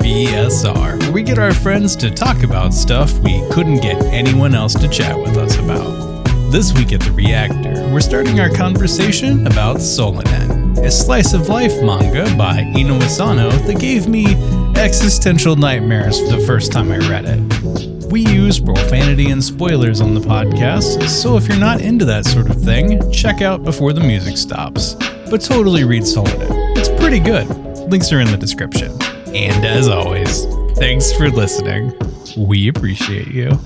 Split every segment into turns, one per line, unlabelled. Friends Are. where We get our friends to talk about stuff we couldn't get anyone else to chat with us about. This week at the Reactor, we're starting our conversation about Solanen, a slice of life manga by Ino Asano that gave me existential nightmares for the first time I read it. We use profanity and spoilers on the podcast, so if you're not into that sort of thing, check out before the music stops. But totally read Solanen. It's pretty good. Links are in the description. And as always, thanks for listening. We appreciate you.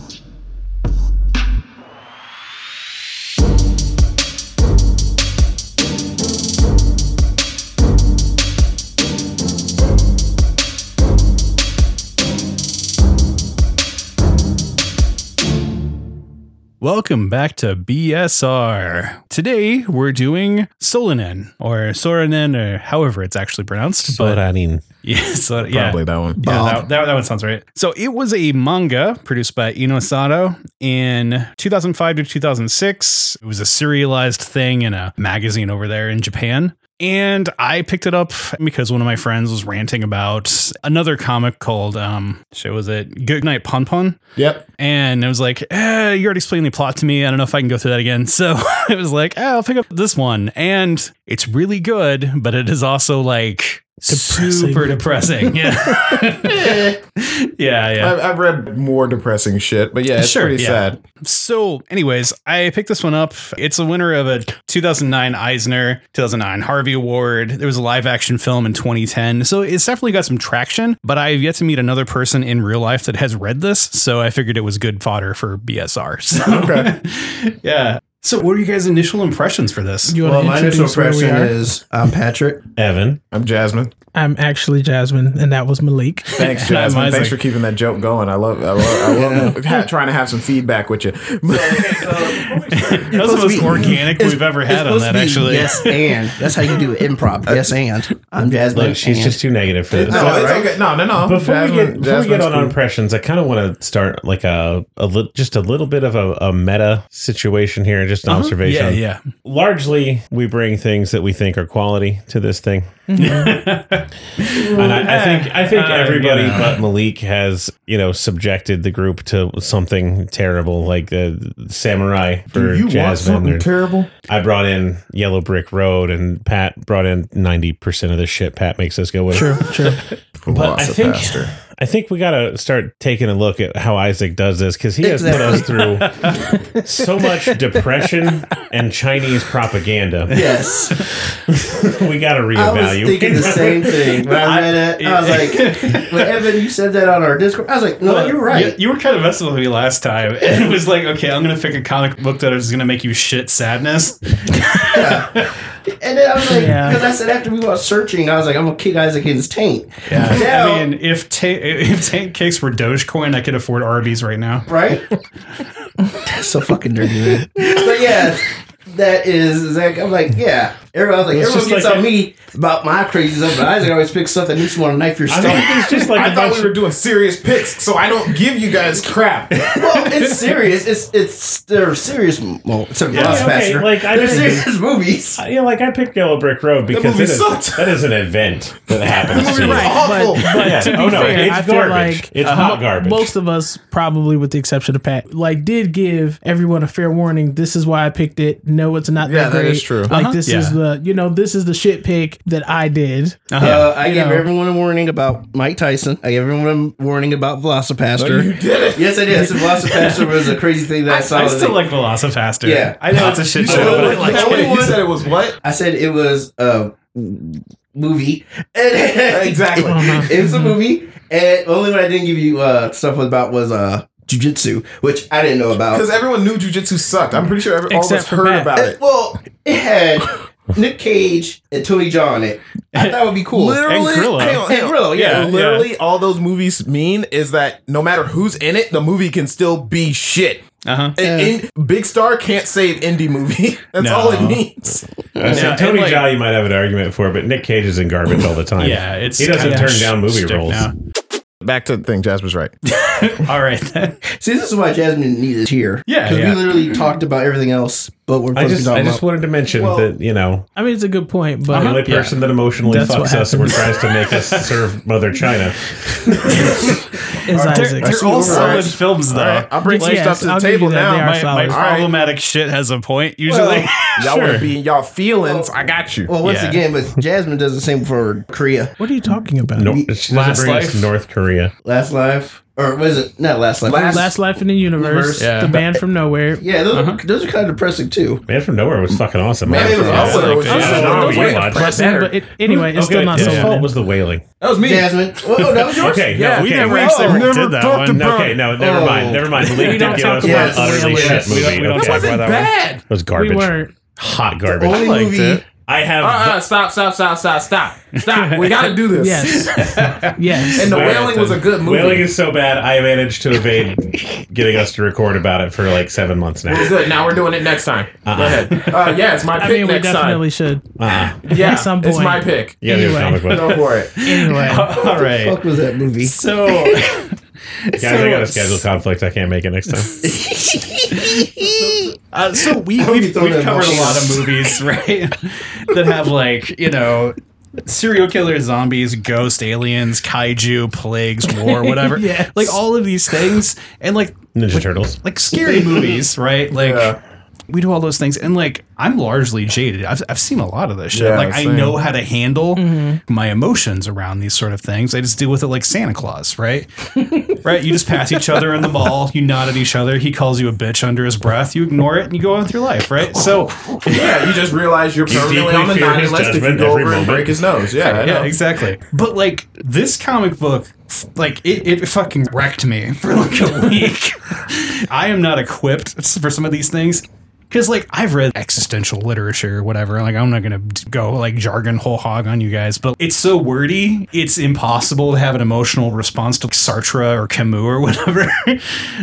Welcome back to BSR. Today we're doing Solanen or Soranen or however it's actually pronounced. but-
Soranin.
yeah, so, yeah,
Probably that one.
yeah that, that, that one sounds right. So it was a manga produced by Inosato in 2005 to 2006. It was a serialized thing in a magazine over there in Japan. And I picked it up because one of my friends was ranting about another comic called, um, shit, was it Goodnight Pon Pon?
Yep.
And I was like, eh, you already explained the plot to me. I don't know if I can go through that again. So I was like, eh, I'll pick up this one. And it's really good, but it is also like super depressing. Yeah. yeah. Yeah.
Eh, I've, I've read more depressing shit, but yeah, it's
Sure,
pretty
yeah.
sad.
So, anyways, I picked this one up. It's a winner of a 2009 Eisner, 2009 Harvey Award. There was a live action film in 2010. So, it's definitely got some traction, but I've yet to meet another person in real life that has read this. So, I figured it was good fodder for BSR. So, yeah. So, what are you guys' initial impressions for this?
You
Well,
want
my
to
initial
introduce where we
impression
are?
is I'm Patrick.
Evan.
I'm Jasmine.
I'm actually Jasmine, and that was Malik.
Thanks,
And I'm
Jasmine. Thanks
Isaac.
for keeping that joke going. I love. I love. I love ha- trying to have some feedback with you.
That was the most organic we've ever had on that, actually.
Yes, and that's how you do it, improv. Yes, and I'm Jasmine.
Uh, Look, she's
and-
just too negative for this.
no, it's okay. No, no, no.
Before we get, before we get
Jasmine's
on our
cool.
impressions, I kind of want to start like a, a li- just a little bit of a, a meta situation here, just an observation.
Uh-huh. Yeah, yeah.
Largely, we bring things that we think are quality to this thing, and I, I think I think
Uh,
everybody
you know.
but Malik has you know subjected the group to something terrible, like the samurai for
Do you
Jasmine.
want something
or-
terrible?
I brought in Yellow Brick Road, and Pat brought in ninety percent of the shit Pat makes us go with.
True, true.
But I think
Velocipaster.
I think we got to start taking a look at how Isaac does this because he has put us through so much depression and Chinese propaganda.
Yes,
We got to
I was thinking the
reevaluate.
same thing when I read it. I was like, "When Evan, you said that on our Discord." I was like, "No, you're
You,
right."
you were kind of messing with me last time. And it was like, okay, I'm going to pick a comic book that is going to make you shit sadness.
And then I was like,
Yeah.
because I said after we watched searching, I was like, "I'm gonna kick Isaac in his taint."
Yeah.
Now-
I mean, if ta- if tank cakes were Dogecoin, I could afford Arby's right now.
right? That's so fucking dirty, man. But yeah, that is Zach. I'm like, yeah. Everyone, I was like,
It's
everyone
just
gets
like
on
a-
me about my crazy stuff, but Isaac always picks stuff that makes you want to knife your
I
stomach.
think it's just like
I
a
thought
bunch
we were
of
doing serious picks, so I don't give you guys crap.
well, it's serious. It's it's they're serious. Well, it's a
Yeah, okay,
Velocipaster.
like, I
they're
didn't-
serious movies.
yeah, like I picked Yellow Brick Road because
movie
it is,
sucked.
that is an event that happens to you. Oh,
Right,
Awful.
but-
Yeah.
to be
oh no,
fair,
it's
I feel
garbage.
like uh,
it's
mo-
hot garbage.
Most of us, probably with the exception of Pat, like did give everyone a fair warning. This is why I picked it. No, it's not
Yeah,
that
that
great.
is true.
Like this is
Yeah.
the you know this is the shit pick that I did.
Uh, I gave
know.
everyone a warning about Mike Tyson. I gave everyone a warning about Velocipaster. Yes, I did. So Velocipaster was a crazy thing that I, saw.
I
that
still
they-
like Velocifaster.
Yeah.
I know it's a shit
You
show,
said
but I
it was-
like
tell me
it.
you said it was what?
I said it was a movie.
Exactly.
it was a movie. And the only one I didn't give you uh, stuff about was uh, jujitsu, which I didn't know about.
Because everyone knew jujitsu sucked. I'm pretty sure every, all of
Except
us
for
heard
Pat.
about
Uh,
it.
well, it had Nick Cage and Tony John in it. I thought it would be cool.
Literally,
And Grillo.
hang on, hang
And
on.
Grillo, yeah,
literally, all those movies mean is that no matter who's in it, the movie can still be shit.
Uh-huh.
And in- big star can't save indie movie. That's
No.
all it means.
I said
Yeah, and
Tony
like-
Jolly might have an argument for, it, but Nick Cage is in garbage all the time.
Yeah, it's
he doesn't
kinda
turn
sh-
down movie
stick
roles.
now.
Back to the thing, Jasper's right.
All right then.
See, this is why Jasmine needed here.
Yeah,
because
yeah.
we literally talked about everything else, but we're
I
fucking
just I
talking
just
about.
wanted to mention that you know
I mean, it's a good point, but
the only person that emotionally
That's what
fucks us or tries to make us serve Mother China.
it's Isaac.
They're all
all
solid
solid films, though.
All right, I'll bring some
Yes,
stuff to the
I'll give
table
you that. They
now.
are
My-
solid.
My
All
right.
problematic shit has a point usually.
Y'all want to be in y'all feelings? I got you.
Well, once
Yeah.
again, but Jasmine does the same for Korea.
what are you talking about?
No, she doesn't
Last
bring us
Life?
North Korea.
Last Life, or was it not Last Life?
Last-
Last Life in the Universe,
Universe.
Yeah.
The Man from Nowhere.
yeah, those, those are kind of depressing too.
Man from Nowhere was fucking awesome.
Man
I
From
forgot
Nowhere
about
was
that.
awesome.
I don't know
Those
you
were
watch.
impressive.
Yeah, but it, anyway, it's still not
Whose
so
fault
bad.
was the wailing?
That was me.
Jasmine, oh, that was yours.
Okay,
Yeah,
no,
we
okay,
never
well,
actually
Oh,
did
never
that
talked
one.
about-
no, okay, no, never
Oh.
mind, never mind. Leak did
don't
give us
talk
about
one utterly
Wailing.
shit
We don't- we
movie.
don't
Okay,
talk
it
about that one.
Bad.
was
We
garbage,
weren't.
hot
The
garbage.
only
liked
movie.
it.
I have
Uh-uh, stop, stop, stop, stop, stop, stop. We gotta do this.
Yes. yes.
And the
Alright,
wailing
then.
was a good movie.
Wailing is so bad, I managed to evade getting us to record about it for like seven months now.
We're good. Now we're doing it next time. Go ahead. Uh, yeah, it's my pick
I mean, we
next
definitely should.
Uh-uh.
time. Yeah,
at some
it's
point.
my pick.
Yeah, anyway.
Anyway.
comic book.
Go for it.
Anyway,
All right.
Fuck was that movie?
So,
Guys, I got a schedule conflict. I can't make it next time.
uh, so we
Don't be
we've,
throwing
we've
that
covered a
bullshit.
lot of movies, right? that have like you know. Serial killers, zombies, ghosts, aliens, kaiju, plagues, war, whatever.
Yes.
Like all of these things. And like
Ninja Turtles.
like scary movies, right? Like
Yeah.
we do all those things, and like I'm largely jaded. I've I've seen a lot of this shit.
Yeah,
like I
same.
know how to handle my emotions around these sort of things. I just deal with it like Santa Claus, right? right? You just pass each other in the mall. You nod at each other. He calls you a bitch under his breath. You ignore it, and you go on with your life, right? So
Yeah, you just realize you're permanently
deeply
on the
fear
nine
his
list if you
judgment
go
every
over and
moment.
break his nose. Yeah, I
yeah,
know.
exactly. But like this comic book, f- like it, it fucking wrecked me for like a week. I am not equipped for some of these things. Cause like I've read existential literature or whatever, like I'm not gonna d- go like jargon whole hog on you guys, but it's so wordy, it's impossible to have an emotional response to Sartre or Camus or whatever.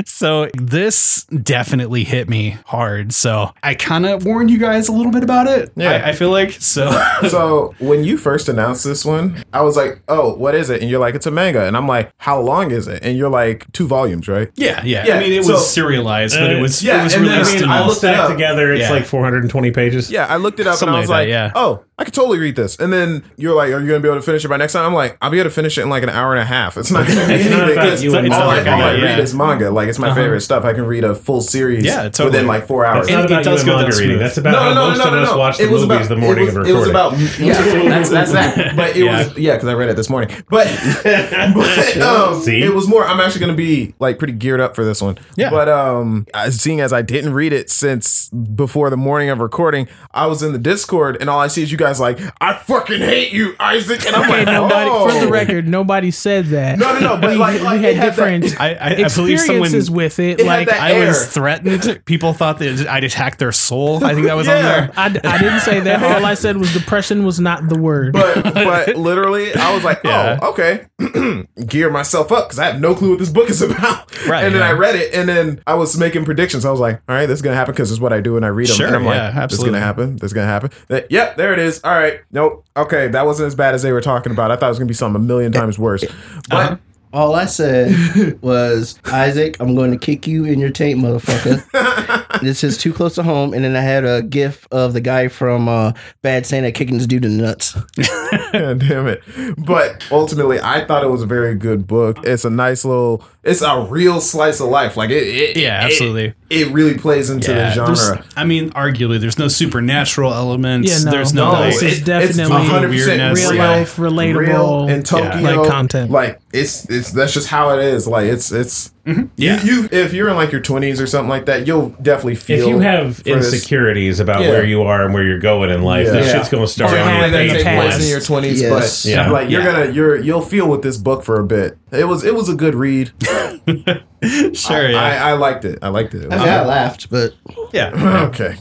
so this definitely hit me hard. So I kind of warned you guys a little bit about it. Yeah, I, I feel like so.
So when you first announced this one, I was like, "Oh, what is it?" And you're like, "It's a manga." And I'm like, "How long is it?" And you're like, two volumes, right?"
Yeah, yeah.
Yeah,
I mean, it
so-
was serialized, but
Uh,
it was
yeah,
it was
and then, I
released
mean,
in
I
all.
looked it
Stacked
up.
together, it's
Yeah.
like 420 pages.
Yeah, I looked it up
Something
and I was
like
like,
that, yeah.
"Oh, I could totally read this." And then you're like, "Are you gonna be able to finish it by next time?" I'm like, "I'll be able to finish it in like an hour and a half. It's not gonna be
It's not
anything
about
because
you
all,
and
I,
manga,
all I
yeah. Uh-huh.
read is manga. Like it's my favorite stuff. I can read a full series
Yeah, totally.
within like four hours."
It's not
And it
about
does
you
go
and manga
that
reading.
smooth.
That's about how most of us watch the movies the morning
it was,
of
It
recording.
was about yeah, that's, that's that. But it
Yeah.
was yeah, because I read it this morning. But, but um,
See?
it was more. I'm actually going to be like pretty geared up for this one.
Yeah.
But um, I- seeing as I didn't read it since before the morning of recording, I was in the Discord and all I see is you guys like, I fucking hate you, Isaac, and I'm
okay,
like,
nobody,
oh.
for the record, nobody said that.
No, no, no, but
we,
like- like,
we
it
had
had that-
different
I, I, I believe someone.
experiences with it.
It had
like,
that
I,
I was
air.
threatened. People thought that I'd attack their soul. I think that was on
Yeah.
there.
I, I didn't say that. All I said was depression was not the word.
but but literally, I was like, oh, okay, gear myself up because I have no clue what this book is about.
Right,
And then
yeah.
I read it, and then I was making predictions. I was like, all right, this is gonna happen because it's what I do when I read them.
Sure,
and I'm like,
yeah,
this is gonna
absolutely.
happen. This is gonna happen. That- yep, there it is. All right, nope. Okay, that wasn't as bad as they were talking about. I thought it was gonna be something a million
Eh,
times worse. But
uh-huh.
All I said was, Isaac, I'm going to kick you in your taint, motherfucker. this is too close to home. And then I had a gif of the guy from uh, Bad Santa kicking this dude in the nuts.
God damn it. But ultimately, I thought it was a very good book. It's a nice little, it's a real slice of life. Like, it, it
Yeah,
it-
absolutely.
It, really plays into
Yeah,
the
there's-
genre.
I mean, arguably, there's no supernatural elements.
Yeah, no.
There's no.
No,
like,
it's- is definitely
weirdness,
real
yeah.
life, relatable,
real in Tokyo
like content.
Like it's it's that's just how it is. Like it's it's
yeah.
you, you if you're in like your twenties or something like that, you'll definitely feel
If you have
for this-
insecurities about
Yeah.
where you are and where you're going in life,
Yeah.
this
Yeah.
shit's going to start
Or
Or
on
not
you.
having
like that
in the
take place in
past.
your twenties,
Yes.
but
Yeah.
like you're
Yeah.
gonna you're you'll feel with this book for a bit. It was it was a good read.
sure. yeah.
I, I liked it. I liked it. It
I,
was
mean, I
good.
laughed, but
yeah.
okay.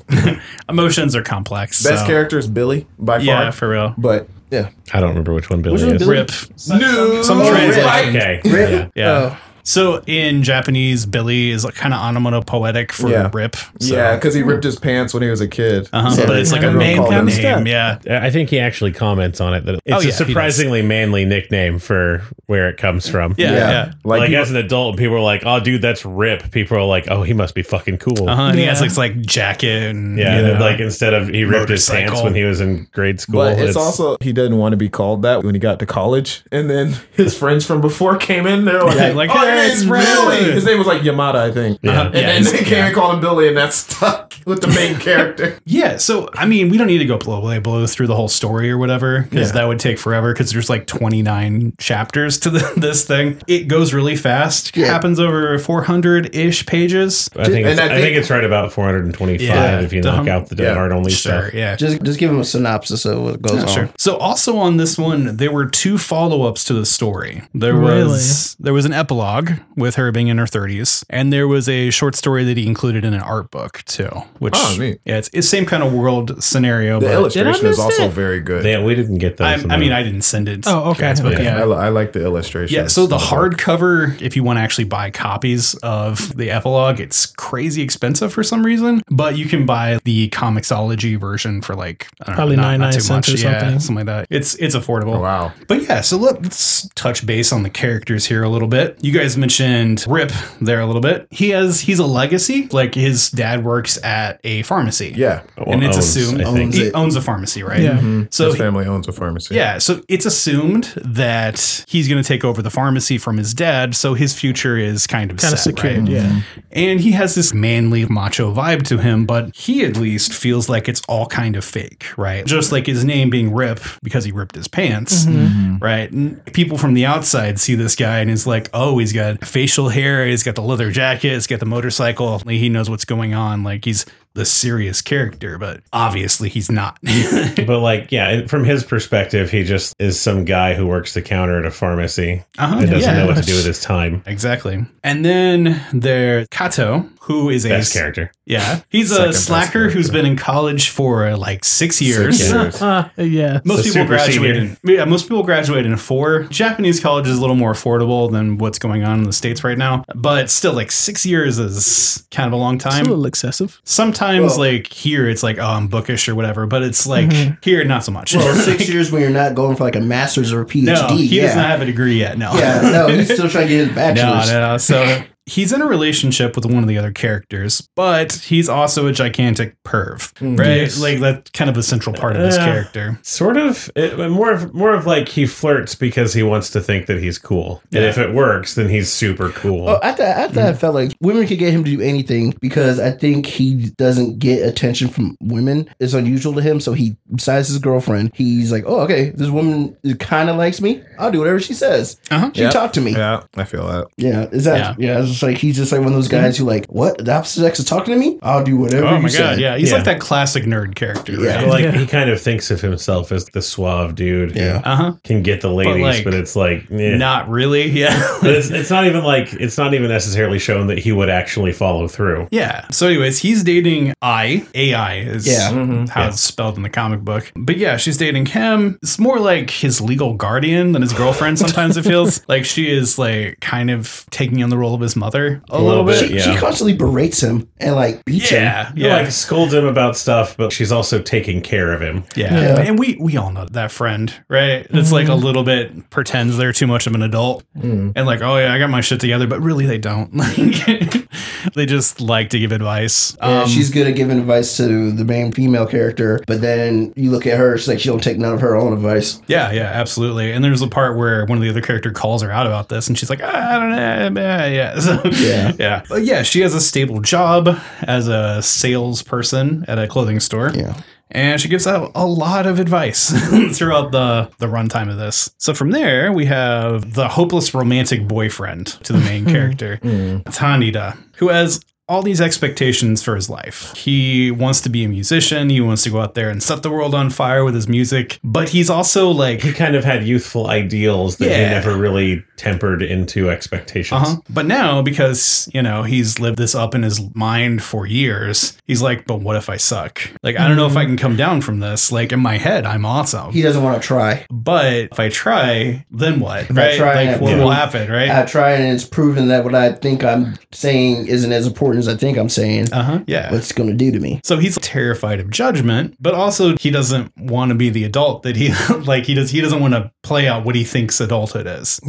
Emotions are complex.
Best
so-
character is Billy by
Yeah,
far.
for real.
but yeah.
I don't remember which one Billy
one
is.
Billy?
Rip.
No,
some
translation.
like-
Okay.
Rip.
Yeah.
Yeah.
Oh.
So in Japanese, Billy is like kind of onomatopoetic for
Yeah.
rip. So.
Yeah, because he ripped his pants when he was a kid.
Uh-huh,
So
but it's
they
like a
kinda
man
call
name.
them
stuff.
Yeah.
I think he actually comments on it that it's
Oh, yeah,
a
he does.
surprisingly manly nickname for where it comes from.
Yeah. Yeah.
Yeah.
Like,
Like people-
as an adult, people are like, "Oh, dude, that's rip." People are like, "Oh, he must be fucking cool."
Uh-huh, and he has
Yeah.
like this, like jacket and
Yeah,
you
and
know,
then, like instead of he ripped his pants
Motorcycle.
when he was in grade school.
But it's, also he didn't want to be called that when he got to college. And then his friends from before came in. They're like,
Yeah, like,
"Oh, your
hey,
name's
it's Billy."
Billy." His name was like Yamada, I think.
Yeah.
And
Yeah,
then
he's-
they came and called him Billy, and that stuck with the main character.
Yeah, so I mean, we don't need to go blow blow, blow through the whole story or whatever because that would take forever. Because there's like 29 chapters to the, this thing. It goes really fast.
Yeah.
Happens over 400 ish pages.
I think
And
it's, I,
I
think,
think-
it's right about 425
Yeah.
if you
The
knock
hum-
out the
Yeah.
hard only
Sure,
stuff.
yeah.
Just just give him a synopsis of what goes on.
Sure. So also on this one, there were two follow-ups to the story. There was there was an epilogue with her being in her 30s, and there was a short story that he included in an art book too. Which
Oh, neat.
yeah, it's, it's same kind of world scenario.
The
but
illustration is
miss
also
it?
very good.
Yeah, we didn't get those.
I,
in
I
the-
mean, I didn't send it.
Oh, okay.
Guys, but
Okay.
yeah.
I, li- I like the illustration.
Yeah, so the hardcover, if you want to actually buy copies of the epilogue, it's crazy expensive for some reason. But you can buy the comiXology version for like I don't
Probably
know, not, not
99
too much,
cents or
yeah,
something.
something like that. It's it's affordable.
Oh, Wow.
But yeah, so let- let's touch base on the characters here a little bit. You guys mentioned Rip there a little bit. He has he's a legacy. Like his dad works at a pharmacy.
Yeah.
and it's
Owns,
assumed
I think.
he owns a pharmacy, right?
Yeah.
So
his family owns a pharmacy.
yeah, so it's assumed that he's going to take over the pharmacy from his dad, so his future is kind of
Kind of
set,
secured,
right?
yeah.
And he has this manly macho vibe to him, but he at least feels like it's all kind of fake, right? Just like his name being Rip because he ripped his pants,
Mm-hmm.
right? And people from the outside see this guy and is like, oh, he's got facial hair, he's got the leather jacket, he's got the motorcycle, like, he knows what's going on, like he's the serious character, but obviously he's not. Uh-huh.
But like, yeah, and from his perspective, he just is some guy who works the counter at a pharmacy
Uh-huh.
and doesn't
Yeah.
know what to do with his time.
Exactly. And then there's Kato, who is a
Best character.
Yeah. He's
Second
a
best
slacker who's been in college for uh, like six years.
years.
Uh, uh, yeah.
Most
So
people
super
graduate
senior.
in yeah, most people graduate in four. Japanese college is a little more affordable than what's going on in the States right now. But still like six years is kind of a long
It's a
time.
little excessive.
Sometimes
Well-
like here it's like, oh I'm bookish or whatever, but it's like here not so much.
Mm-hmm. Well, six years when you're not going for like a master's or a PhD.
no, he
yeah.
does not have a degree yet, no.
yeah, no, he's still trying to get his
No,
bachelor's.
no, no. So he's in a relationship with one of the other characters, but he's also a gigantic perv,
Mm,
right? Like that's kind of a central part of his
Uh,
Yeah.
character.
Sort of, it, more of more of like he flirts because he wants to think that he's cool, and
Yeah.
if it works, then he's super cool.
Oh, I thought I thought it felt like women could get him to do anything because I think he doesn't get attention from women. It's unusual to him, so he besides his girlfriend, he's like, oh okay, this woman kind of likes me. I'll do whatever she says.
Uh-huh.
She
Yep.
talked to me. Yeah,
Yeah, I feel that.
is that yeah. It's just like he's just like one of those
Mm-hmm.
guys who like what the opposite sex is talking to me. I'll do whatever.
Oh
you
my
say.
god, yeah. He's
Yeah.
like that classic nerd character,
Yeah.
right?
like
Yeah.
he kind of thinks of himself as the suave dude who
Yeah.
Uh huh.
can get the ladies, but,
like,
it's like eh.
Not really. Yeah.
But it's, it's not even like it's not even necessarily shown that he would actually follow through.
Yeah. So, anyways, he's dating I. AI is
Yeah.
how it's spelled in the comic book. But yeah, she's dating him. It's more like his legal guardian than his girlfriend. Sometimes it feels like she is like kind of taking on the role of his mother a, little,
little
bit.
bit,
She,
Yeah.
she constantly berates him and like beats him.
Yeah, yeah,
Like scolds him about stuff, but she's also taking care of him.
yeah.
Yeah. Mm-hmm.
And we we all know that friend, right? It's like a little bit pretends they're too much of an adult,
Mm.
and like, oh yeah, I got my shit together, but really they don't. Like, they just like to give advice.
Yeah,
Um,
she's good at giving advice to the main female character, but then you look at her, she's like she don't take none of her own advice.
yeah, yeah, absolutely. And there's a part where one of the other character calls her out about this, and she's like, "Ah, I don't know, yeah, yeah, so,
Yeah.
yeah. But yeah, she has a stable job as a salesperson at a clothing store.
Yeah.
and she gives out a lot of advice throughout the the runtime of this. So from there, we have the hopeless romantic boyfriend to the main character, Tanida, who has all these expectations for his life. He wants to be a musician. He wants to go out there and set the world on fire with his music. But he's also like
He kind of had youthful ideals that he
Yeah.
never really tempered into expectations.
Uh-huh. But now, because, you know, he's lived this up in his mind for years, he's like, but what if I suck? Like, I don't know if
Mm.
I can come down from this. Like, in my head, I'm awesome.
He doesn't want to try.
But if I try, then what?
I
Right?
try,
like, what
yeah.
will happen? Right?
I try and it's proven that what I think I'm saying isn't as important as I think I'm saying.
Uh huh. Yeah.
What's going to do to me?
So he's terrified of judgment, but also he doesn't want to be the adult that he like he does he doesn't want to play out what he thinks adulthood is.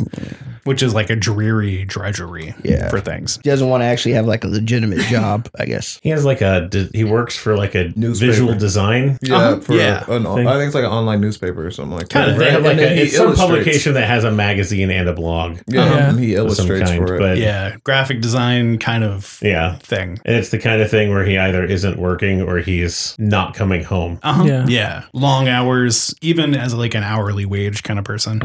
Which is like a dreary drudgery
Mm-hmm. Yeah.
for things.
He doesn't want to actually have like a legitimate job, I guess.
He has like a di- he works for like a
Newspaper.
visual design.
Yeah,
Uh-huh.
for
Yeah.
an,
Thing.
I think it's like an online newspaper or something like
Kind
that.
of. They have
And
like
then
a,
he
it's some
illustrates.
publication that has a magazine and a blog
Yeah,
Uh-huh.
he
of some
illustrates
kind.
for it.
But yeah.
Yeah. Graphic design kind of
yeah,
thing.
and it's the kind of thing where he either isn't working or he's not coming home.
Uh-huh.
Yeah.
yeah. Long hours, even as like an hourly wage kind of person.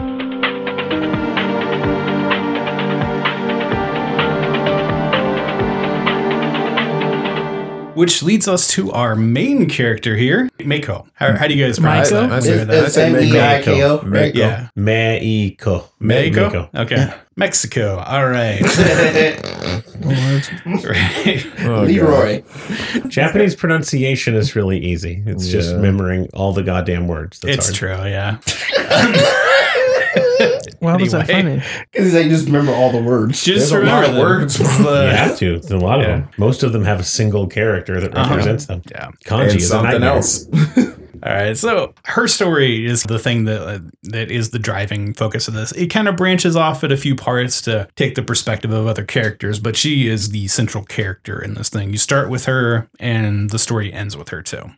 Which leads us to our main character here, Mako. How, how do you guys pronounce
Maiko?
that?
I, I said, I
It's
said Mako.
M-E-I-K-O,
Mako.
right?
Yeah.
Mexico.
Mexico? Okay. Mexico. All right. Right.
Oh, God.
Leroy.
Japanese pronunciation is really easy. It's just
Yeah.
remembering all the goddamn words. That's
It's
hard.
true. Yeah.
Why was that
Anyway.
funny?
Because they just remember all the words.
Just
There's a lot
remember
of
them.
words.
You
The-
have to. It's A lot
Yeah.
of them. Most of them have a single character that
Uh-huh.
represents them.
Yeah.
Kanji
And
is a
something
nightmare.
else.
All right, so her story is the thing that uh, that is the driving focus of this. It kind of branches off at a few parts to take the perspective of other characters, but she is the central character in this thing. You start with her, and the story ends with her too.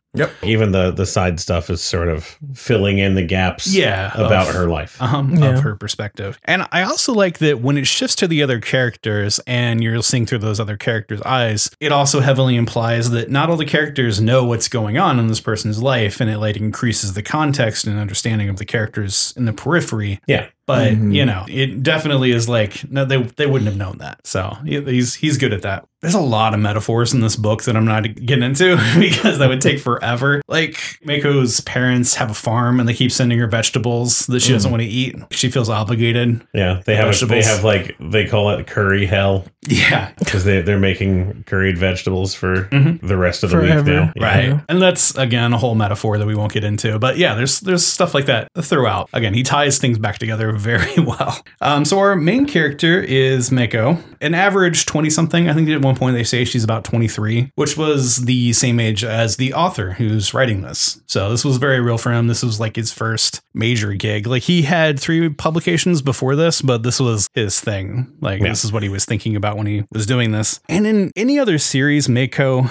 Even the the side stuff is sort of filling in the gaps.
Yeah,
about
of-
her life.
um,
Yeah.
of her perspective. And I also like that when it shifts to the other characters and you're seeing through those other characters' eyes, it also heavily implies that not all the characters know what's going on in this person's life, and it like increases the context and understanding of the characters in the periphery.
Yeah.
But
Mhm.
you know, it definitely is like no, they they wouldn't have known that. So he- he's he's good at that. There's a lot of metaphors in this book that I'm not getting into because that would take forever. Like Mako's parents have a farm and they keep sending her vegetables that she doesn't want to eat. She feels obligated.
Yeah, they have a, they
Vegetables.
have like they call it curry hell
Yeah,
because they they're making curried vegetables for
Mhm.
the rest of the
Forever.
week now. Yeah.
right. And that's again a whole metaphor that we won't get into. But yeah, there's there's stuff like that throughout. Again, he ties things back together very well. Um, so our main character is Mako, an average twenty something. I think at one point they say she's about twenty three, which was the same age as the author who's writing this. So this was very real for him. This was like his first major gig. Like he had three publications before this, but this was his thing. Like
Yeah.
this is what he was thinking about when he was doing this. And in any other series, Mako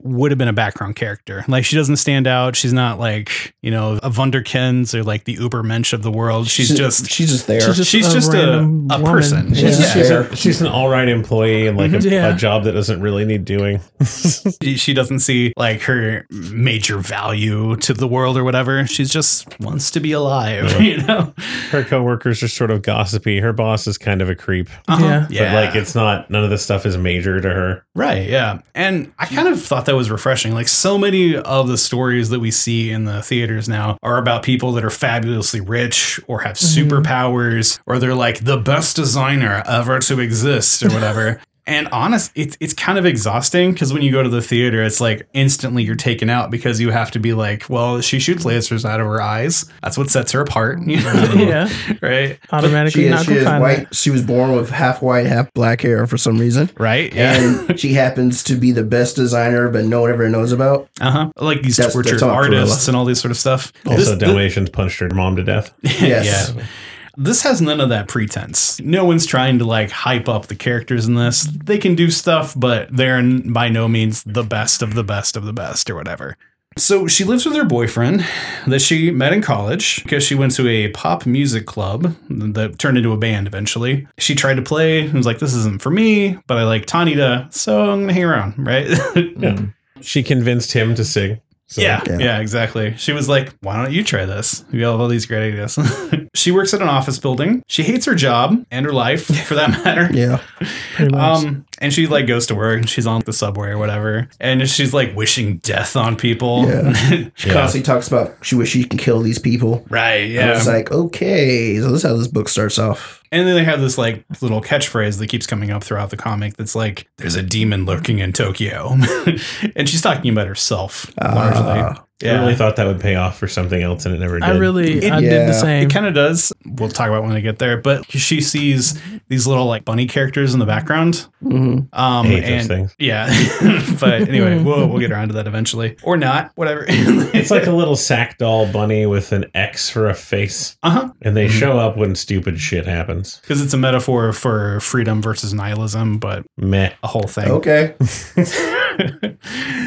would have been a background character. Like she doesn't stand out. She's not like, you know, a Wunderkind or like the Uber Mensch of the world. She's just
she's just there.
She's just,
she's
a,
just a-
random
a
woman.
person.
Yeah.
She's just
She's,
there.
a, she's an all right employee and
Mhm.
like a,
Yeah.
a job that doesn't really need doing.
she doesn't see like her major value to the world or whatever. She's just wants to be alive, you know.
Her coworkers are sort of gossipy. Her boss is kind of a creep, Uh-huh.
Yeah.
Uh, Yeah.
but like it's not none of this stuff is major to her.
Right, yeah. And I kind of thought that was refreshing. Like so many of the stories that we see in the theaters now are about people that are fabulously rich or have superpowers or they're like the best designer ever to exist or whatever. And honest, it's it's kind of exhausting because when you go to the theater, it's like instantly you're taken out because you have to be like, well, she shoots lasers out of her eyes. That's what sets her apart, you know?
Yeah.
right?
Automatically
She is,
not
she is
confined.
white. She was born with half white, half black hair for some reason.
Right?
And she happens to be the best designer, but no one ever knows about.
Uh huh. Like these
That's-
tortured
that's all
artists
Cruella.
and all these sort of stuff. This-
Also, Dalmatians punched her mom to death.
Yes.
Yeah. This has none of that pretense. No one's trying to like hype up the characters in this. They can do stuff, but they're n- by no means the best of the best of the best or whatever. So she lives with her boyfriend that she met in college because she went to a pop music club that turned into a band eventually. She tried to play and was like, this isn't for me, but I like Tanita, so I'm going to hang around, right?
She convinced him to sing. So
yeah,
Yeah.
yeah, exactly. She was like, "Why don't you try this? You have all these great ideas." She works at an office building. She hates her job and her life, for that matter.
Yeah.
Pretty much.
Um, and she like goes to work and she's on the subway or whatever, and she's like wishing death on people.
Constantly talks about she wish she can kill these people.
right.
And
Yeah.
It's like, okay, so this is how this book starts off.
And then they have this like little catchphrase that keeps coming up throughout the comic that's like, there's a demon lurking in Tokyo. and she's talking about herself largely.
I
Yeah.
really thought that would pay off for something else, and it never did.
I really, I did
yeah.
the same.
It kind of does. We'll talk about it when we get there. But she sees these little like bunny characters in the background.
Mm-hmm.
Um,
Hate those
and-
things.
Yeah. but anyway, we'll we'll get around to that eventually, or not, whatever.
It's like a little sack doll bunny with an X for a face,
uh huh.
and they show up when stupid shit happens.
Because it's a metaphor for freedom versus nihilism, but
Meh.
a whole thing.
Okay.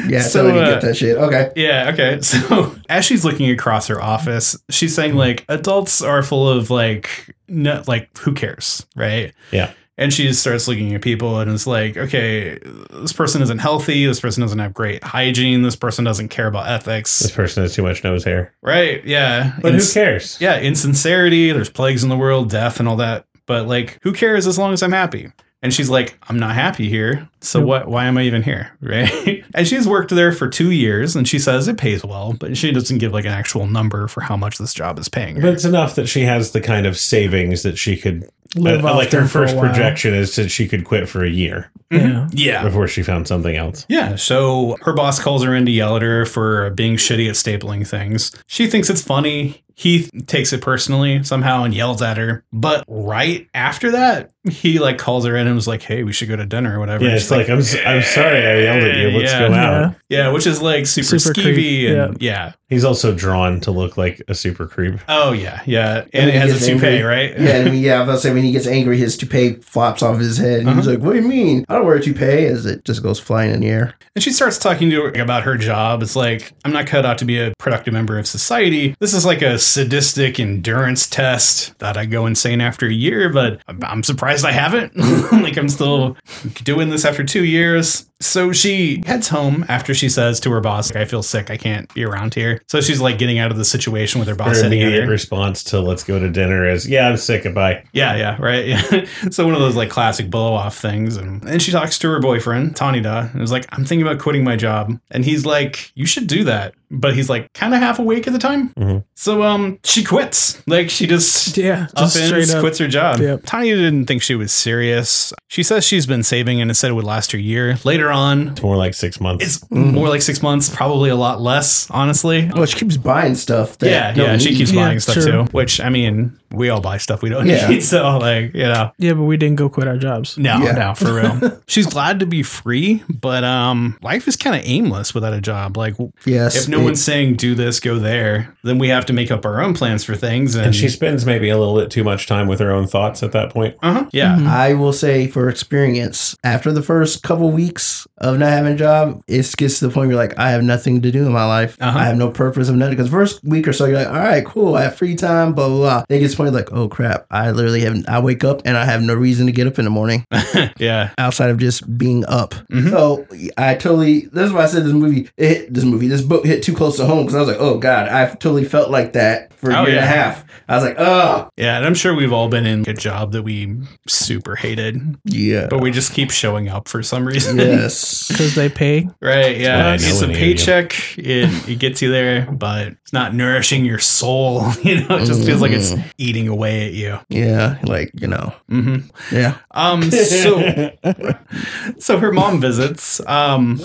Yeah, so,
So,
we can
uh,
get that shit. Okay.
Yeah, okay. So as she's looking across her office, she's saying like adults are full of like no like who cares, right?
Yeah.
And she just starts looking at people and is like, okay, this person isn't healthy, this person doesn't have great hygiene, this person doesn't care about
This
ethics.
person has too much nose hair.
Right, yeah.
But who
Ins-
cares?
Yeah, insincerity, there's plagues in the world, death and all that. But like who cares as long as I'm happy? And she's like, I'm not happy here. So what why am I even here? Right? and she's worked there for 2 years and she says it pays well, but she doesn't give like an actual number for how much this job is paying.
But
Her.
it's enough that she has the kind of savings that she could.
Live
uh,
off
like her
them for a
first
while.
projection is that she could quit for a year
yeah.
yeah.
before she found something else.
Yeah, so her boss calls her in to yell at her for being shitty at stapling things. She thinks it's funny. He th- takes it personally somehow and yells at her. But right after that, he like calls her in and was like, "Hey, we should go to dinner or whatever."
Yeah,
She's
it's like, I'm, s- I'm sorry I yelled at you. Let's
Yeah. Uh-huh.
go out.
Yeah.
yeah, which is like super,
Super
skeevy
creep,
and yeah.
He's also drawn to look like a super creep.
Oh yeah, yeah, and,
And
it
he
has a
gets
toupee,
angry.
right?
Yeah, and yeah, I was about to say when he gets angry, his toupee flops off his head. And
Uh-huh.
he's like, What do you mean? I don't wear a toupee as it just goes flying in the air.
And she starts talking to her about her job. It's like, I'm not cut out to be a productive member of society. This is like a sadistic endurance test that I go insane after a year, but I'm- I'm surprised I haven't. like, I'm still doing this after two years. So she heads home after she says to her boss, like, I feel sick. I can't be around here. So she's like getting out of the situation with her boss.
Her
hitting
immediate
her.
response to let's go to dinner is, yeah, I'm sick. Goodbye.
Yeah, yeah, right. Yeah. so one of those like classic blow off things, and and she talks to her boyfriend Tanida, and is like, "I'm thinking about quitting my job," and he's like, "You should do that," but he's like kind of half awake at the time.
Mhm.
So um, she quits. Like she just
Yeah. Just straight
upends,
up.
quits her job.
Yep.
Tanya didn't think she was serious. She says she's been saving and it said it would last her year. Later on,
It's more like six months.
it's more like six months, probably a lot less, honestly.
Well, she keeps buying stuff. That
Yeah,
don't
yeah, she
need.
keeps
Yeah,
buying stuff
true.
too. Which I mean, we all buy stuff we don't
Yeah.
need. So like, you know.
Yeah, but we didn't go quit our jobs.
No,
Yeah.
no, for real. She's glad to be free, but um, life is kind of aimless without a job. Like, w-
Yes.
if no
it-
one's saying do this, go there, then we have to make up our own plans for things. And,
and she spends maybe a little bit too much time with her own thoughts at that point.
uh-huh, yeah,
I will say for experience, after the first couple weeks of not having a job, it gets to the point where you're like, I have nothing to do in my life.
Uh-huh.
I have no purpose of nothing. Because first week or so, you're like, all right, cool, I have free time, blah, blah, blah. Then it gets to the point like, oh crap, I literally have, I wake up and I have no reason to get up in the morning
yeah,
outside of just being up.
Mm-hmm.
So I totally. That's why I said this movie. It hit, this movie, this book hit too close to home because I was like, oh god, I totally felt like that for a
Oh,
year and
yeah.
a half. I was like, oh
yeah. And I'm sure we've all been in a job that we super hated,
yeah,
but we just keep showing up for some reason,
yes,
Because they pay.
right?
what
Yeah,
I know
it's a
in the union.
paycheck. It it gets you there, but it's not nourishing your soul. You know, it just feels like it's
Mm-hmm.
eating away at you.
yeah, like you know,
hmm
yeah.
Um, so, so her mom visits, um,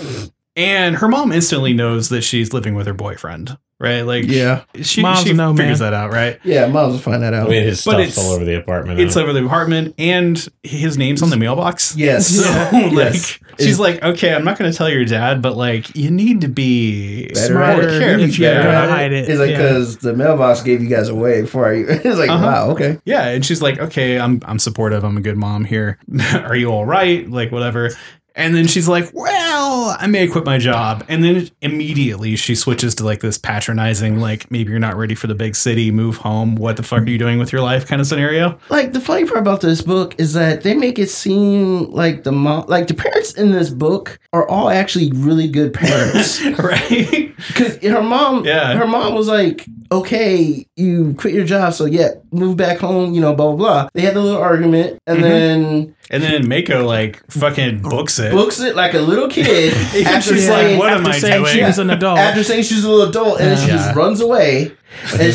and her mom instantly knows that she's living with her boyfriend, right? Like,
Yeah.
she,
Moms
she
know,
figures
man.
that out, right?
Yeah, might as well find that
I
out.
mean, his
But
stuff's
it's-
all over the apartment.
It's over the apartment, and his name's on the mailbox.
yes.
So, like,
Yes.
she's like, okay, I'm not going to tell your dad, but like, you need to be
Better
more
at it.
careful.
If you're
Yeah.
gonna hide it,
It's like
yeah.
because the mailbox gave you guys away before I. It's like
Uh-huh.
wow, okay.
Yeah, and she's like, "Okay, I'm I'm supportive. I'm a good mom here. Are you all right? Like whatever." And then she's like, "Well, I may quit my job." And then immediately she switches to like this patronizing, like, "Maybe you're not ready for the big city. Move home. What the fuck are you doing with your life?" kind of scenario.
Like the funny part about this book is that they make it seem like the mom, like the parents in this book are all actually really good parents.
Right?
Because her mom,
Yeah.
her mom was like, okay, you quit your job, so yeah, move back home, you know, blah, blah, blah. They had the little argument, and
Mm-hmm.
then
And then Mako like fucking books it.
books it like a little kid after
She's like,
saying,
"What am
after
I
saying she
doing?"
was an adult.
after saying she's a little adult, and then she
Yeah.
just runs away. And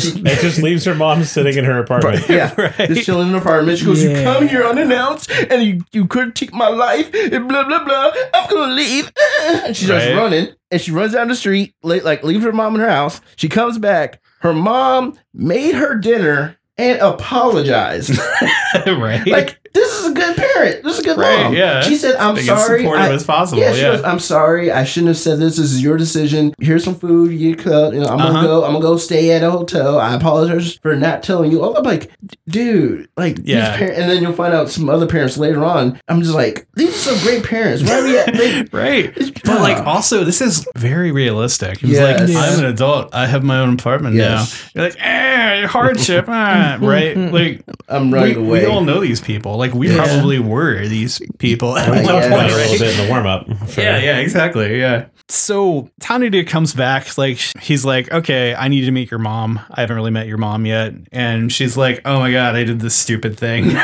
she,
It just leaves her mom sitting in her apartment.
yeah, just chilling in an apartment. She goes,
Yeah.
"You come here unannounced, and you you critique my life, and blah blah blah. I'm gonna leave." And she starts
Right.
running, and she runs down the street, like, like leaves her mom in her house. She comes back. Her mom made her dinner and apologized.
right?
like this is a good parent. This is a good
Right,
mom.
yeah.
She said, "I'm
Being as
sorry."
supportive
I-
as possible.
yeah,
Oh, Yeah.
she goes, I'm sorry. I shouldn't have said this. This is your decision. Here's some food. You get cut. You know, I'm
Uh-huh.
gonna go. I'm gonna go stay at a hotel. I apologize for not telling you. I'm like, dude, like, these
Yeah.
par- and then you'll find out some other parents later on. I'm just like, these are some great parents. Why are we at? They,
Right. But like also this is very realistic. He was like,
Yes.
I'm an adult. I have my own apartment
Yes.
now. You're like, eh, hardship. ah," right. Like
I'm
we,
running
we
away.
all know these people. Like we
Yeah.
probably were these people at one
yeah.
point,
Played a
right?
little bit in the warm up.
Yeah, yeah, exactly. Yeah. So Tanita comes back, like he's like, Okay, I need to meet your mom. I haven't really met your mom yet. And she's like, Oh my god, I did this stupid thing.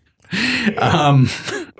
um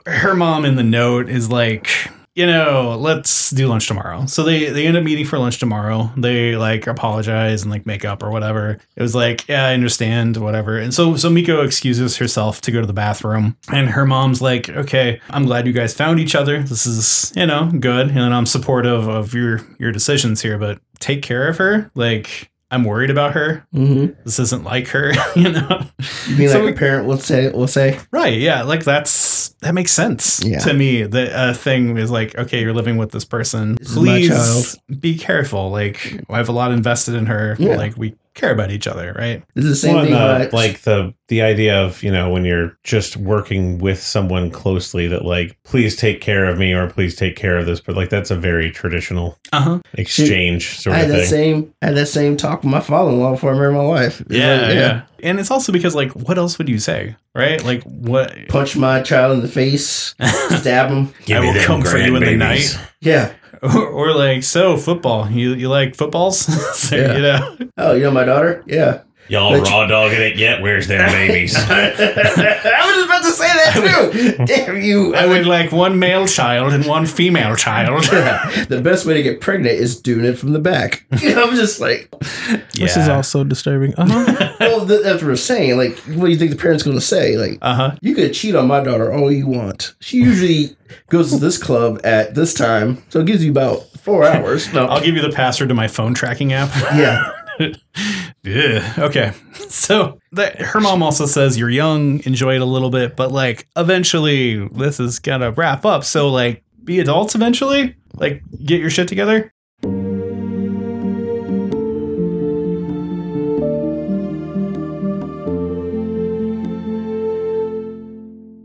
her mom in the note is like, you know, let's do lunch tomorrow. So they they end up meeting for lunch tomorrow. They like apologize and like make up or whatever. It was like, yeah, I understand, whatever. And so so Miko excuses herself to go to the bathroom, and her mom's like, okay, I'm glad you guys found each other. This is you know good, and I'm supportive of your your decisions here, but take care of her. Like I'm worried about her.
Mhm.
This isn't like her, you know.
You mean
So we-
like a parent will say? Will say?
Right. Yeah. Like that's that makes sense
Yeah.
to me. The uh, thing is like, okay, you're living with this person.
is my
Please be careful. Like I have a lot invested in her.
Yeah.
Like we care about each other, right?
This is the same
Well,
thing.
and, uh,
about-
like the the idea of you know when you're just working with someone closely that like please take care of me or please take care of this but like that's a very traditional
Uh huh.
exchange sort
I
of
had that
thing
same. I had that same talk with my father-in-law before I married my wife. It's
Yeah,
like,
yeah. And it's also because like, what else would you say, right? Like what?
Punch my child in the face. stab him.
I will come for you in the night,
Yeah.
or, or like, so football. You you like footballs? so,
Yeah.
You know.
Oh, you know my daughter? Yeah.
y'all
But-
raw dogging it yet where's their babies
I was just about to say that too. Damn you!
I would like one male child and one female child.
the best way to get pregnant is doing it from the back. I'm just like,
This is also disturbing. Uh-huh.
well, th- that's what we're saying. Like, what do you think the parents going to say? Like,
Uh huh.
you could cheat on my daughter all you want. She usually goes to this club at this time, so it gives you about four hours. No,
I'll give you the password to my phone tracking app.
yeah,
Yeah. Okay. So that her mom also says you're young, enjoy it a little bit, but like eventually this is gonna wrap up. So like be adults eventually. Like get your shit together.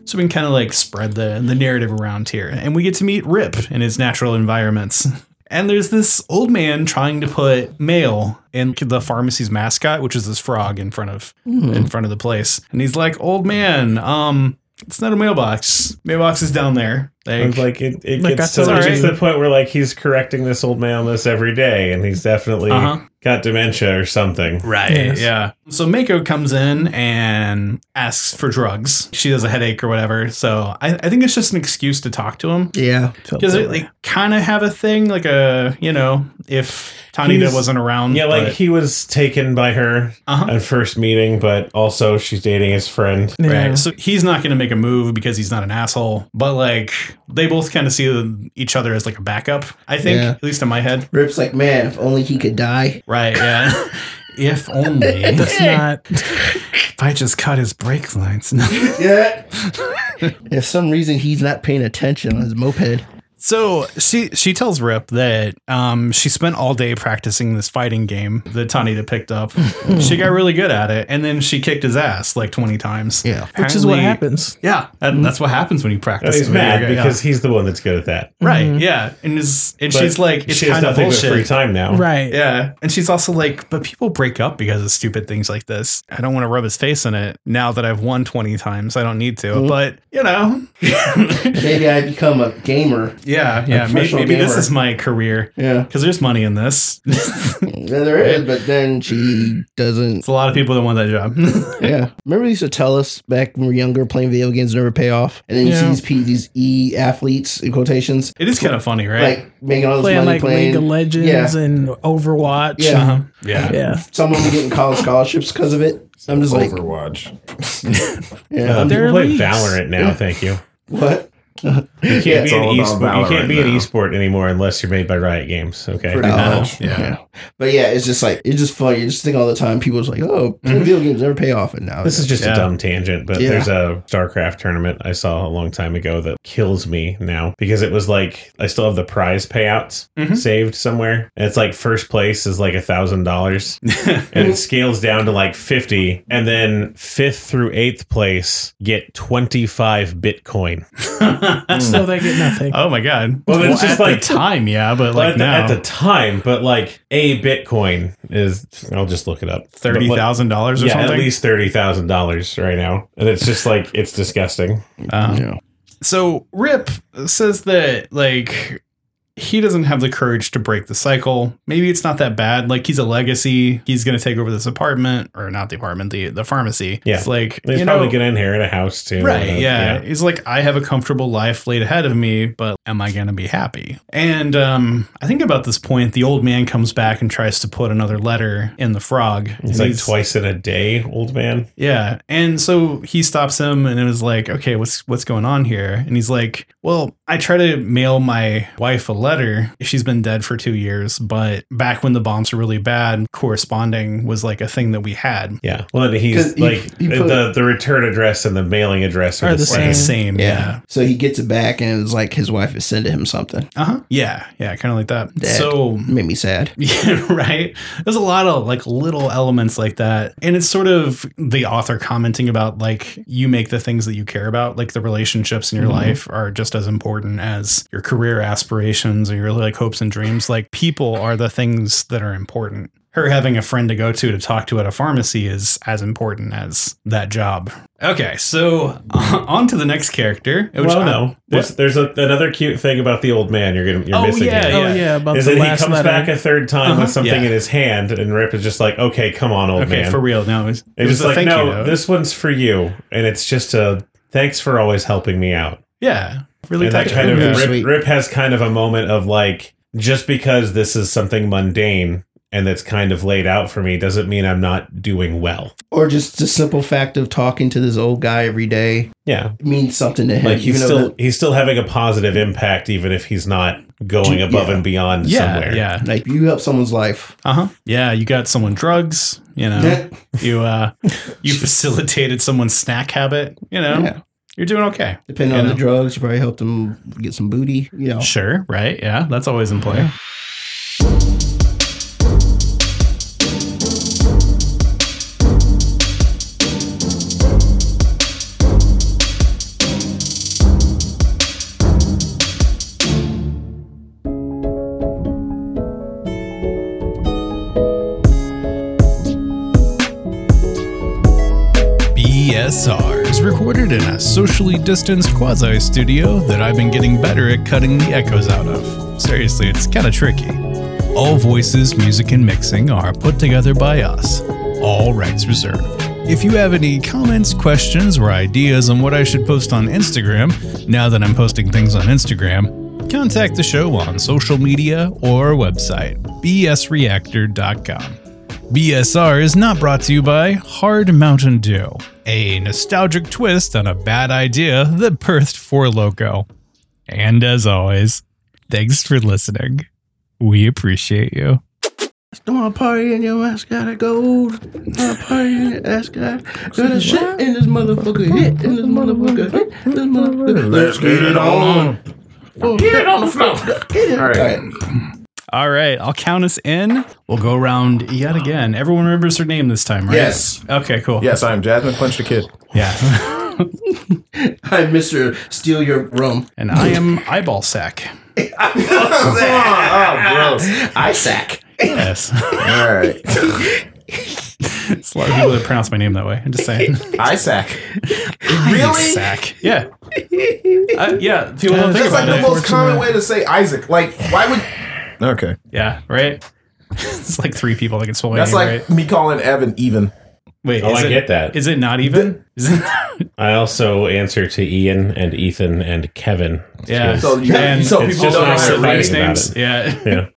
So we can kind of like spread the the narrative around here, and we get to meet Rip in his natural environments. And there's this old man trying to put mail in the pharmacy's mascot, which is this frog in front of
Hmm.
in front of the place. And he's like, "Old man, um, it's not a mailbox. Mailbox is down there."
I was
Like,
like it, it
Like,
gets
I
to,
told
it's
you.
to the point where like he's correcting this old man on this every day and he's definitely
Uh-huh.
got dementia or something
Right. Yeah. So Mako comes in and asks for drugs. She has a headache or whatever. So I, I think it's just an excuse to talk to him.
yeah.
Felt
Because
that
they,
way.
they kind of have a thing, like a, you know, if Tanita
He's-
wasn't around.
yeah like
but-
he was taken by her
Uh-huh.
at first meeting but also she's dating his friend
Yeah.
Right. So he's not going to make a move because he's not an asshole. But like they both kind of see each other as like a backup, I think,
Yeah.
at least in my head.
Rip's like, man, if only he could die.
Right. Yeah. if only.
That's not.
if I just cut his brake lines.
Yeah. if some reason he's not paying attention on his moped.
So she she tells Rip that um, she spent all day practicing this fighting game that Tanita picked up. she got really good at it, and then she kicked his ass like twenty times.
Yeah.
Which is what Mm-hmm.
Apparently-
happens.
Yeah, that, that's what happens when you practice.
he's
a video
mad
game, yeah.
because he's the one that's good at that
right,
Mm-hmm.
yeah, and is and she's like, it's
she has
kind of
nothing but free
bullshit.
time now.
Right.
Yeah, and she's also like, but people break up because of stupid things like this. I don't want to rub his face in it. Now that I've
Mm-hmm.
won twenty times, I don't need to. But you know,
Maybe I become a gamer.
Yeah, yeah. Maybe,
professional
maybe this
gamer.
is my career.
Yeah.
Because there's money in this. There's
Yeah, there is, but then she doesn't.
a lot of people that want that job.
Yeah. Remember, they used to tell us back when we were younger playing video games never pay off. And then you see
Yeah.
these, P, these E athletes in quotations,
it is kind of funny, right?
like making all this
playing
money
like
playing.
League of Legends
Yeah.
and Overwatch.
Yeah.
Uh-huh. Yeah.
Yeah.
Some of them getting college scholarships because of it. I'm just like,
Overwatch.
yeah,
Um,
I'm-
you
There
can
are
play
leagues.
Valorant now, thank you.
what?
You can't
it's
be an
all about
esport. You can't be an
Valorant now.
esport anymore unless you're made by Riot Games. Okay.
Pretty much.
yeah.
But yeah, it's just like it's just funny. You just think all the time. People's like, oh, playing video games never pay off, and now
This is just
Yeah.
a dumb tangent, but
Yeah.
there's a StarCraft tournament I saw a long time ago that kills me now because it was like I still have the prize payouts
Mhm.
saved somewhere. And it's like first place is like a thousand dollars and it scales down to like 50. And then fifth through eighth place get 25 Bitcoin.
So they get nothing.
oh my god.
Well, it's
at
just like-
the time, yeah, but
Well,
like
at, the,
now
at the time, but like a Bitcoin is, I'll just look it up.
thirty thousand dollars or
Yeah,
something.
at least thirty thousand dollars right now, and it's just like it's disgusting.
Um,
Yeah.
So Rip says that like he doesn't have the courage to break the cycle. Maybe it's not that bad. Like he's a legacy. He's gonna take over this apartment or not the apartment, the the pharmacy.
Yeah.
It's like
He's
you
probably
know,
gonna inherit a house too.
Right.
Uh,
yeah. He's like, I have a comfortable life laid ahead of me, but am I going to be happy? And um, I think about this point, the old man comes back and tries to put another letter in the frog.
He's
And
like twice in a day, old man.
Yeah. And so he stops him and it was like, okay, what's what's going on here? And he's like, well, I try to mail my wife a letter. She's been dead for two years, but back when the bombs were really bad, corresponding was like a thing that we had.
Yeah. Well, and
'Cause
he's
he-
like
he put-
the the return address and the mailing address are, the, same.
Like, same. yeah.
So he gets it back, and it's like his wife is sending him something.
Uh huh. Yeah. Yeah. Kind of like that.
That
So
made me sad.
yeah, right. There's a lot of like little elements like that, and it's sort of the author commenting about like you make the things that you care about, like the relationships in
Mm-hmm.
your life are just as important as your career aspirations or your like hopes and dreams. Like people are the things that are important. Her having a friend to go to to talk to at a pharmacy is as important as that job. Okay, so uh, on to the next character. Which uh,
well,
I-
no, there's there's a, another cute thing about the old man. You're gonna you're
Oh,
missing.
yeah,
here.
oh yeah, about
Is
the
that he
last
comes
letter.
back a third time
Uh-huh.
with something
Yeah.
in his hand, and Rip is just like, "Okay, come on, old
Okay,
Oh, man."
for real. No, it was, it
it's
was
just
a
like,
thank
"No,
you. note.
this one's for you," and it's just a thanks for always helping me out.
yeah, really
and that
touching.
kind of
Yeah.
Rip,
Sweet.
Rip has kind of a moment of like just because this is something mundane and that's kind of laid out for me doesn't mean I'm not doing well.
Or just the simple fact of talking to this old guy every day
Yeah,
means something to him.
like he's
even
still
though
he's still having a positive impact even if he's not going
Yeah.
above and beyond
yeah,
somewhere.
yeah.
that- like you help someone's life.
Uh huh. Yeah, you got someone drugs. You know, you uh, you facilitated someone's snack habit. You know,
Yeah.
you're doing okay.
Depending
You
on
know.
the drugs, you probably helped them get some booty. You know,
Sure, right? Yeah, that's always in play. BSR is recorded in a socially distanced quasi studio that I've been getting better at cutting the echoes out of. Seriously, it's kind of tricky. All voices, music, and mixing are put together by us, all rights reserved. If you have any comments, questions, or ideas on what I should post on Instagram, now that I'm posting things on Instagram, contact the show on social media or our website, bsreactor.com. BSR is not brought to you by Hard Mountain Dew, a nostalgic twist on a bad idea that birthed Four Loco. And as always, thanks for listening. We appreciate you.
don't want to party in your ass gotta go. Don't want to party in your ass gotta gotta shit in this motherfucker hit in this motherfucker hit in this motherfucker. Let's get it on. Get it on the floor. Get it. All right.
All right, I'll count us in. We'll go around yet again. Everyone remembers her name this time, right?
Yes.
Okay, cool.
Yes, I am Jasmine Punch the Kid.
Yeah.
Hi, Mister. Steal your rum.
And I am Eyeball Sack.
oh, gross.
I sack.
Yes.
All right.
It's a lot of people that pronounce my name that way. I'm just saying.
Isaac.
Really? Sack. Yeah. Uh, yeah, people don't think
That's like
about
the
it.
most common way to say Isaac. Like, why would? Okay,
yeah, right. It's like three people that can spell my
that's
name right.
like me calling Evan even.
Wait,
Oh,
is
I
it,
get that.
Is it not even? Is it,
I also answer to Ian and Ethan and Kevin.
yeah.
So you-
Man,
so
it's
people
just
don't
like
know how to
last
write
names.
about
Yeah.
Yeah.